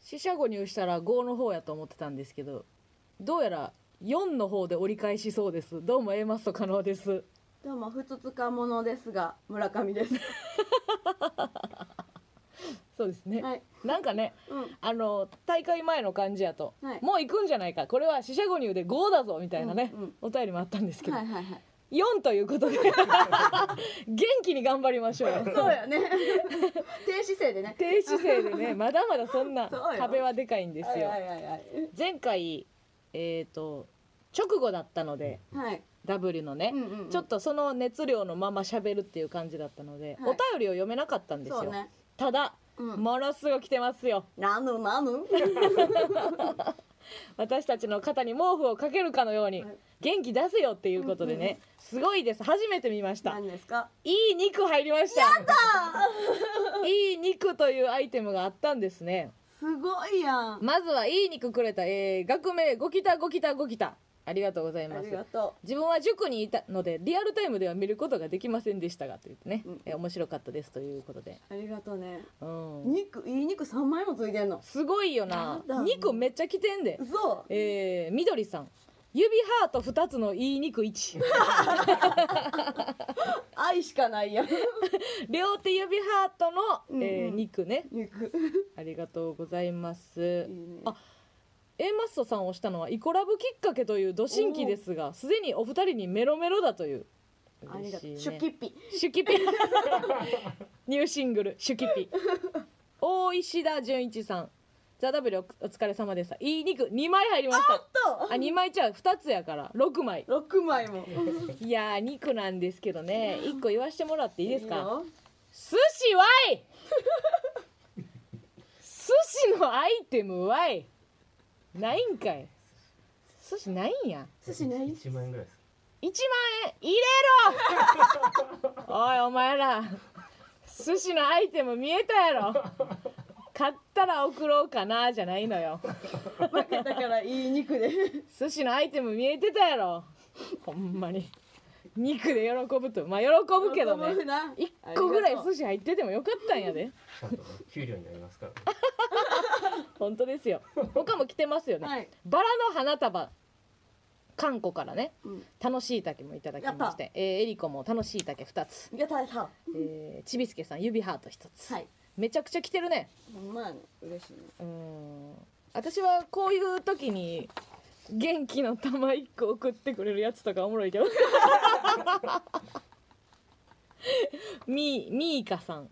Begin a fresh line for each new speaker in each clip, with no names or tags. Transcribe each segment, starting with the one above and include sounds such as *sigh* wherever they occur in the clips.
四捨五入したら5の方やと思ってたんですけどどうやら4の方で折り返しそうですどうも A マスト可能です
どうもふつつかものですが村上です
そうですね、
はい
なんかね
うん
あの大会前の感じやと、
はい
もう行くんじゃないかこれは四捨五入で5だぞみたいなね、
うんうん
お便りもあったんですけど、
はいはいはい
4ということで元気に頑張りましょう
そうよね *laughs* 低姿勢でね
低姿勢でねまだまだそんな
そうよ
壁はでかいんですよ、
はいはいはいはい
前回えっ、と直後だったので
はい、
W のね、
うんうんうん
ちょっとその熱量のまま喋るっていう感じだったので、
は
お
い
便りを読めなかったんです
そう
よ、
ね
ただ、
うん
ものすごく来てますよ
なぬなぬ
私たちの肩に毛布をかけるかのように、
はい
元気出せよっていうことでね、
うんうん
すごいです初めて見ました
何ですか
いい肉入りました *laughs* いい肉というアイテムがあったんですね
すごいやん
まずはいい肉くれた、えー、学名ごきたごきたごきたありがとうござい
あ
ます
りがと
自分は塾にいたのでリアルタイムでは見ることができませんでしたがと言ってね、
うん
えー面白かったですということで、
うありがとうね
うん、
肉いい肉三枚もついてんの
すごいよな
なんだ
肉めっちゃきてんで
嘘
えー、みどりさん指ハート2つのいい肉1
*laughs* 愛しかないやん
両手指ハートの、えー
うんうん
肉ね
肉
ありがとうございます
いいね
あ A マッソさんをしたのはイコラブきっかけというド新規ですがすでにお二人にメロメロだという
ありがとう、
嬉しい
出
ね
キッピ
シュキピ *laughs* ニューシングル「シュキピ」大石田純一さん「ザ・ w お疲れ様でしたいい肉2枚入りました
と
あ2枚ちゃう2つやから6枚
六枚も
いやー肉なんですけどね1個言わしてもらっていいですか
よ
寿司わい寿司のアイテムわいないんかい寿司ないんや
寿司ない
一万円ぐらいです。
1万円入れろおいお前ら寿司のアイテム見えたやろ買ったら送ろうかなじゃないのよ
負けたからいい肉で
寿司のアイテム見えてたやろ *laughs* ほんまに肉で喜ぶとまあ喜ぶけどね
喜ぶな
1個ぐらい
ありがとう
寿司入っててもよかったんや
*laughs*
で
ちゃんとね給料になりますからね。
本当ですよ他も来てますよね、
はい、
バラの花束韓国からね
うん、
楽しい竹もいただきましてえーえりこも楽しい竹2つ、
やったやった
えー、ちびすけさん指ハート1つ、
はい
めちゃくちゃ来てるね
ほんまあね嬉しいね
うーん私はこういう時に元気の玉1個送ってくれるやつとかおもろいけど *laughs* みみーかさん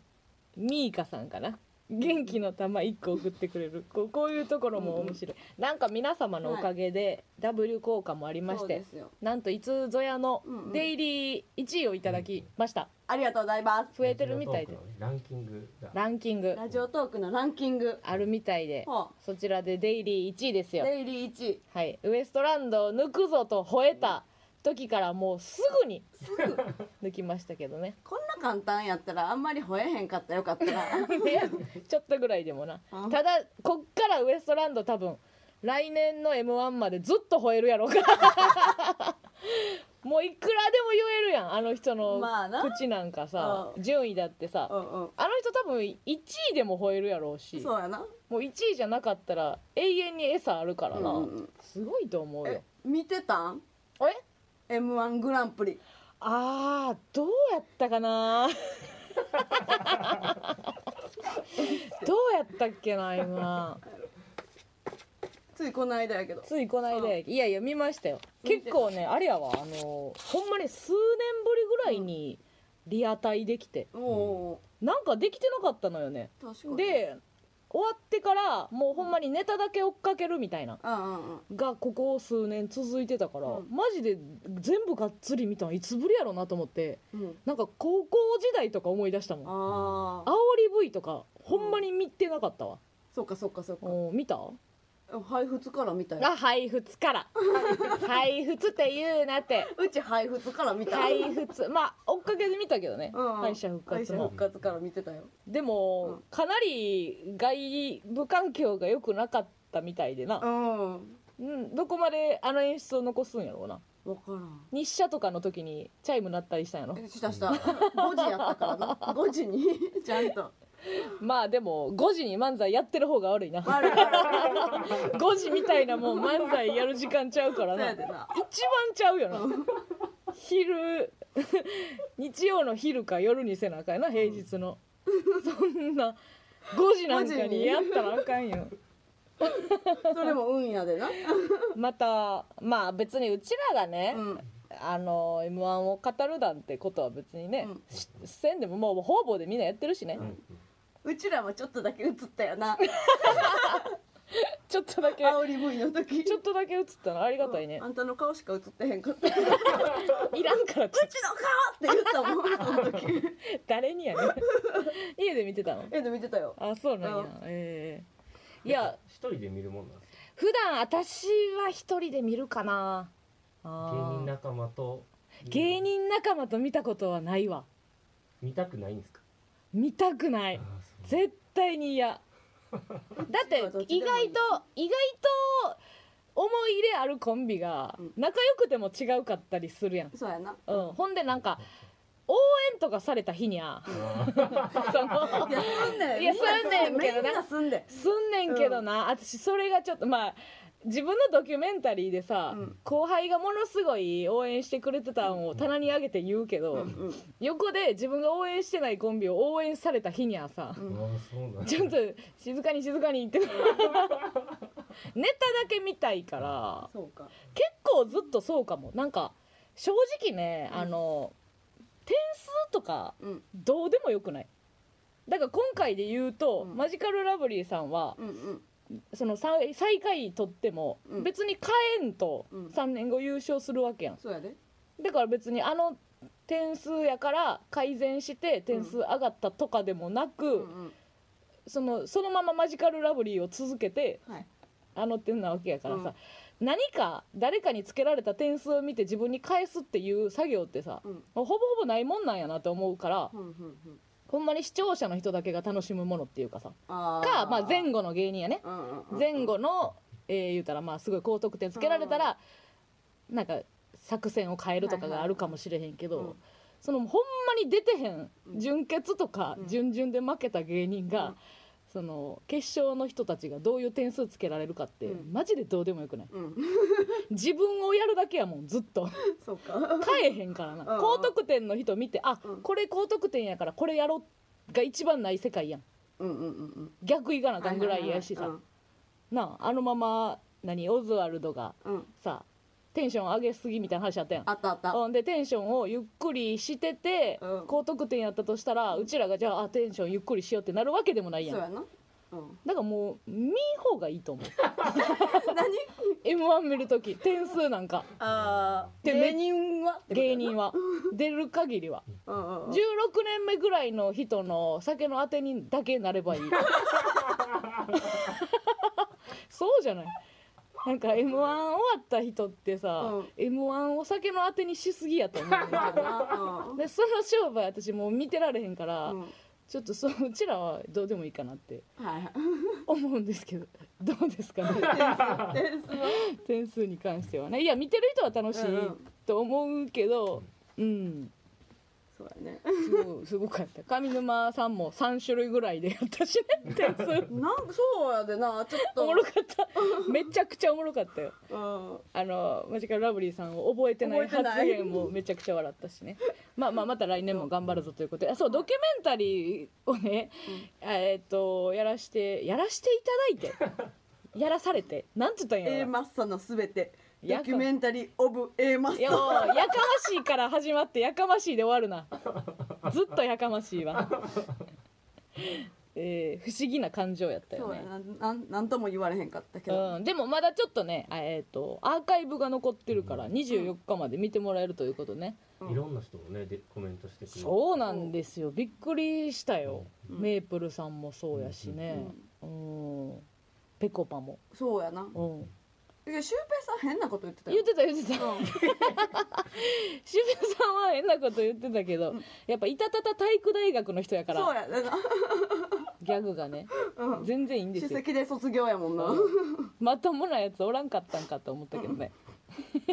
みーかさんかな元気の玉1個送ってくれるこうこういうところも面白い、なんか皆様のおかげで W 効果もありまし
そう
て、
ですよ
なんといつぞやの
うんうん
デイリー1位をいただきました、
ありがとうございます
増えてるみたいで
ラジオトークのねランキングが。
ランキング
ラジオトークのランキング
あるみたいで
ほ
そちらでデイリー1位です
う
よ
デイリー1位
はい、ウエストランドを抜くぞと吠えた時からもうすぐに
すぐ
抜きましたけどね *laughs*
こんな簡単やったらあんまり吠えへんかったらよかったな
いやちょっとぐらいでもな
うん
ただこっからウエストランド多分来年の m 1までずっと吠えるやろうから *laughs* もういくらでも言えるやんあの人の
まあな
口なんかさ、
うん
順位だってさ、
うんうん
あの人多分1位でも吠えるやろうし
そうやな
もう1位じゃなかったら永遠に餌あるからな、
うんうんうん
すごいと思うよ
え見てたん
あれ
m 1グランプリ
あーどうやったかな *laughs* どうやったっけな今
ついこの間やけど
ついこの間やいやいや見ましたよ結構ねあれやわあのほんまに数年ぶりぐらいにリアタイできて
お
なんかできてなかったのよね
お確かに
で終わってからもうほんまにネタだけ追っかけるみたいな
うんうんうん
がここ数年続いてたから、
うん
マジで全部がっつり見たのいつぶりやろうなと思って
うん
なんか高校時代とか思い出したもん
ああ
煽り V とかほんまに見てなかったわ、
そっかそっかそっか
おー見た
配布から見たよ
あ配布つから *laughs* 配布つって言うなって
うち配布から見た
配布つまあ追っかけで見たけどね、
うんうん
敗者復活
敗者
も
復活から見てたよ
でも、
うん
かなり外部環境が良くなかったみたいで
う
な、
ん
うん、どこまであの演出を残すんやろうな
分から
日射とかの
*laughs*
時にチャイム鳴ったりしたんやろ *laughs*
んえしたした5時やったからな5時にちゃんと
まあでも5時に漫才やってる方が悪いな
悪い悪い
5時みたいなもう漫才やる時間ちゃうから
そう
な
や
一
で
番
な
ちゃうよな昼日曜の昼か夜にせなあかんやな平日の、そんな5時なんかにやったらあかんよ
それも運やでな
またまあ別にうちらがね、
うん
あの m 1を語るなんてことは別にね、
うん
しせんでももう方々でみんなやってるしね、
うん
うちらはちょっとだけ映ったよな
ちょっとだけ
煽り V の時
ちょっとだけ映ったのありがたいね
あ、んたの顔しか映ってへんかったうちの
いらんからち
顔って言ったもんその
*laughs*
時
誰にやねん家で見てたの
えで見てたよ
あそうなんや
あ
ええいや
一人で見るもんなんですか
普段私は一人で見るかなあ
芸
ー
人仲間と
芸人仲間と見たことはないわ
見たくないんですか
見たくない
あーそう
絶対に
*laughs*
嫌だって
どっち
意
でもいい
外と意外と思い入れあるコンビが
うん
仲良くても違うかったりするやん、
そうやな
うん、ほんでなんか応援とかされた日に
*laughs*
ゃ
あ
その
いやすんねん
いやすんねん
み
けどな
みんなすんねん
すんねんけどな、私それがちょっとまあ自分のドキュメンタリーでさ、
うん
後輩がものすごい応援してくれてたんを棚に上げて言うけど、
うんうん
横で自分が応援してないコンビを応援された日にはさ、
う
ー
ん
そうなんだ
ちょっと静かに静かに言ってネタだけ見たいから
そうか
結構ずっとそうかもなんか正直ね、
うん
あの点数とか
うん
どうでもよくないだから今回で言うと、
うん
マジカルラブリーさんは
うんうん
その最最下位取っても
うん
別に変えんと
うん
3年後優勝するわけやん
そうやで
だから別にあの点数やから改善して点数上がったとかでもなく、
うんうん
そのそのままマジカルラブリーを続けて
はい
あの点なわけやからさ、何か誰かにつけられた点数を見て自分に返すっていう作業ってさ、
うん
ほぼほぼないもんなんやなと思うから、
うんうんうん
ほんまに視聴者の人だけが楽しむものっていうかさ
あー
か、まあ、前後の芸人やね
うんうんうん
前後の、えー言うたらまあすごい高得点つけられたら、なんか作戦を変えるとかがあるかもしれへんけど、
はいはいはいうん
そのほんまに出てへん、
うん
準決とか
うん
準々で負けた芸人が、
うん
その決勝の人たちがどういう点数つけられるかって、
うん
マジでどうでもよくない
うん
自分をやるだけやもんずっ
*laughs*
と
そうか
変えへんからな、
うん
高得点の人見てあ、
うん
これ高得点やからこれやろが一番ない世界やん
うんうんうん
逆いか
う
なんあかんぐらいやしさ、なああのまま何オズワルドが
うんうん
さテンション上げすぎみたいな話あったやん
あったあった
ほんでテンションをゆっくりしてて、
うん
高得点やったとしたらうちらがじゃああテンションゆっくりしようってなるわけでもないやん
そう
だ
やなうん
からもう見ん方がいいと思う
*laughs* 何
m 1見るとき点数なんか
あー
で
芸人はってことや
芸
な
人は出る限りは
うんうんう
16
ん
年目ぐらいの人の酒のあてにだけなれば
*laughs*
いいそうじゃないなんか m 1終わった人ってさ、
うん
m 1お酒のあてにしすぎやと思うんだ
そう
け
や
ど
なうん
でその商売私もう見てられへんから、
うん
ちょっとそううちらはどうでもいいかなって
はいはい
思うんですけど *laughs* どうです
*laughs*
かね
点数は
点数に関してはねいや見てる人は楽しい
うんうん
と思うけどうん、
そうやね
すごいすごかった上沼さんも3種類ぐらいでやったしね点
*laughs*
数
なんそうやでなちょっと
おもろかっためちゃくちゃおもろかったよ
うん
あのマジカルラブリーさんを覚えてない
覚えてな
発
い
言もめちゃくちゃ笑ったしね *laughs* まあまあまた来年も頑張るぞということであそうドキュメンタリーをね、えーっとやらしてやらしていただい
*laughs*
てやらされてなんて言ったんや
A
ろ
マッソのすべて
や
ド
か
キュメンタリー・オブ・ A マッ
いや
ソ
もうやかましいから始まってやかましいで終わるなずっとやかましい
*laughs*
わ、えー不思議な感情やったよ
そうや
ね
ななんなんとも言われへんかったけど
うん、でもまだちょっとね、あえー、とアーカイブが残ってるから24日まで見てもらえるということね、
うん
いろんな人もねでコメントしてくれる
そうなんですよびっくりしたよ、
うん
メープルさんもそうやしね、うんぺこぱも、
そうやな
うん、
いやシュウペイさん変なこと言ってた
言っ
よ
てた言ってた渋谷さんは変なこと言ってたけどやっぱいたたた体育大学の人やか
うんそう
ら
やでな
ギャグがね
うん
全然いいんで
首
すよ
席で卒業やもんな
まともなやつおらんかったんかと思ったけどね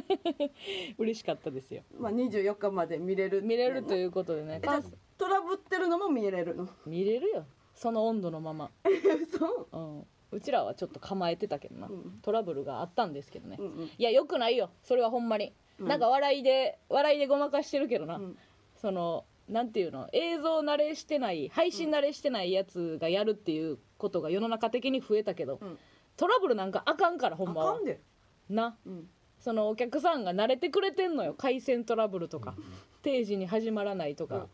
*laughs* 嬉しかったですよ
まあ24日まで見れる
見れると
う
いうことでね *laughs*
えじゃあトラブってるのも見れるの
見れるよその温度のまま、
そう
うん、うちらはちょっと構えてたけどな、
うん
トラブルがあったんですけどね、
うんうん
いやよくないよそれはほんまに、
うん
なんか笑いで笑いでごまかしてるけどな、
うん
そのなんていうの映像慣れしてない配信慣れしてないやつがやるっていうことが世の中的に増えたけど、
うん
トラブルなんかあかんからほんま
あ
は
かんで
な
うん
そのお客さんが慣れてくれてんのよ回線トラブルとか、定時に始まらないとか、
うん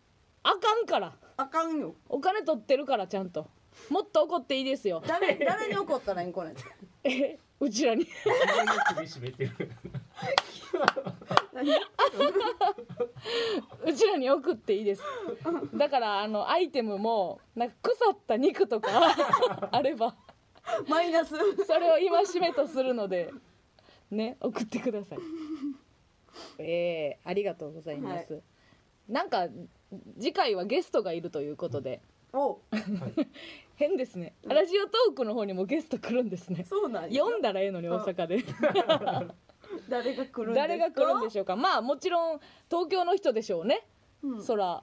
あかんから
あかんよ
お金取ってるからちゃんともっと怒っていいですよ
誰誰に怒ったらいいん
*laughs*
これ
えうちらに
首絞めてる。
何
うちらに送っていい
*laughs*
ですだからあのアイテムもなんか腐った肉
*laughs*
とかあれば
マイナス
それを戒めとするのでね送ってくださいえー、ありがとうございます、なんか次回はゲストがいるということで
お
変ですねラジオトークの方にもゲスト来るんですね
そうなんや
読んだらええのに大阪で
誰が来るんですか
誰が来るんでしょうかまあもちろん東京の人でしょうね、
うん
そら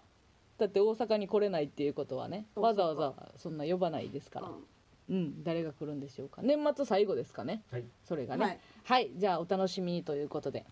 だって大阪に来れないっていうことはね
そう
わざわざそんな呼ばないですから、
うん
うん、誰が来るんでしょうか年末最後ですかね
はい。
それがね
は
はいい、じゃあお楽しみにということで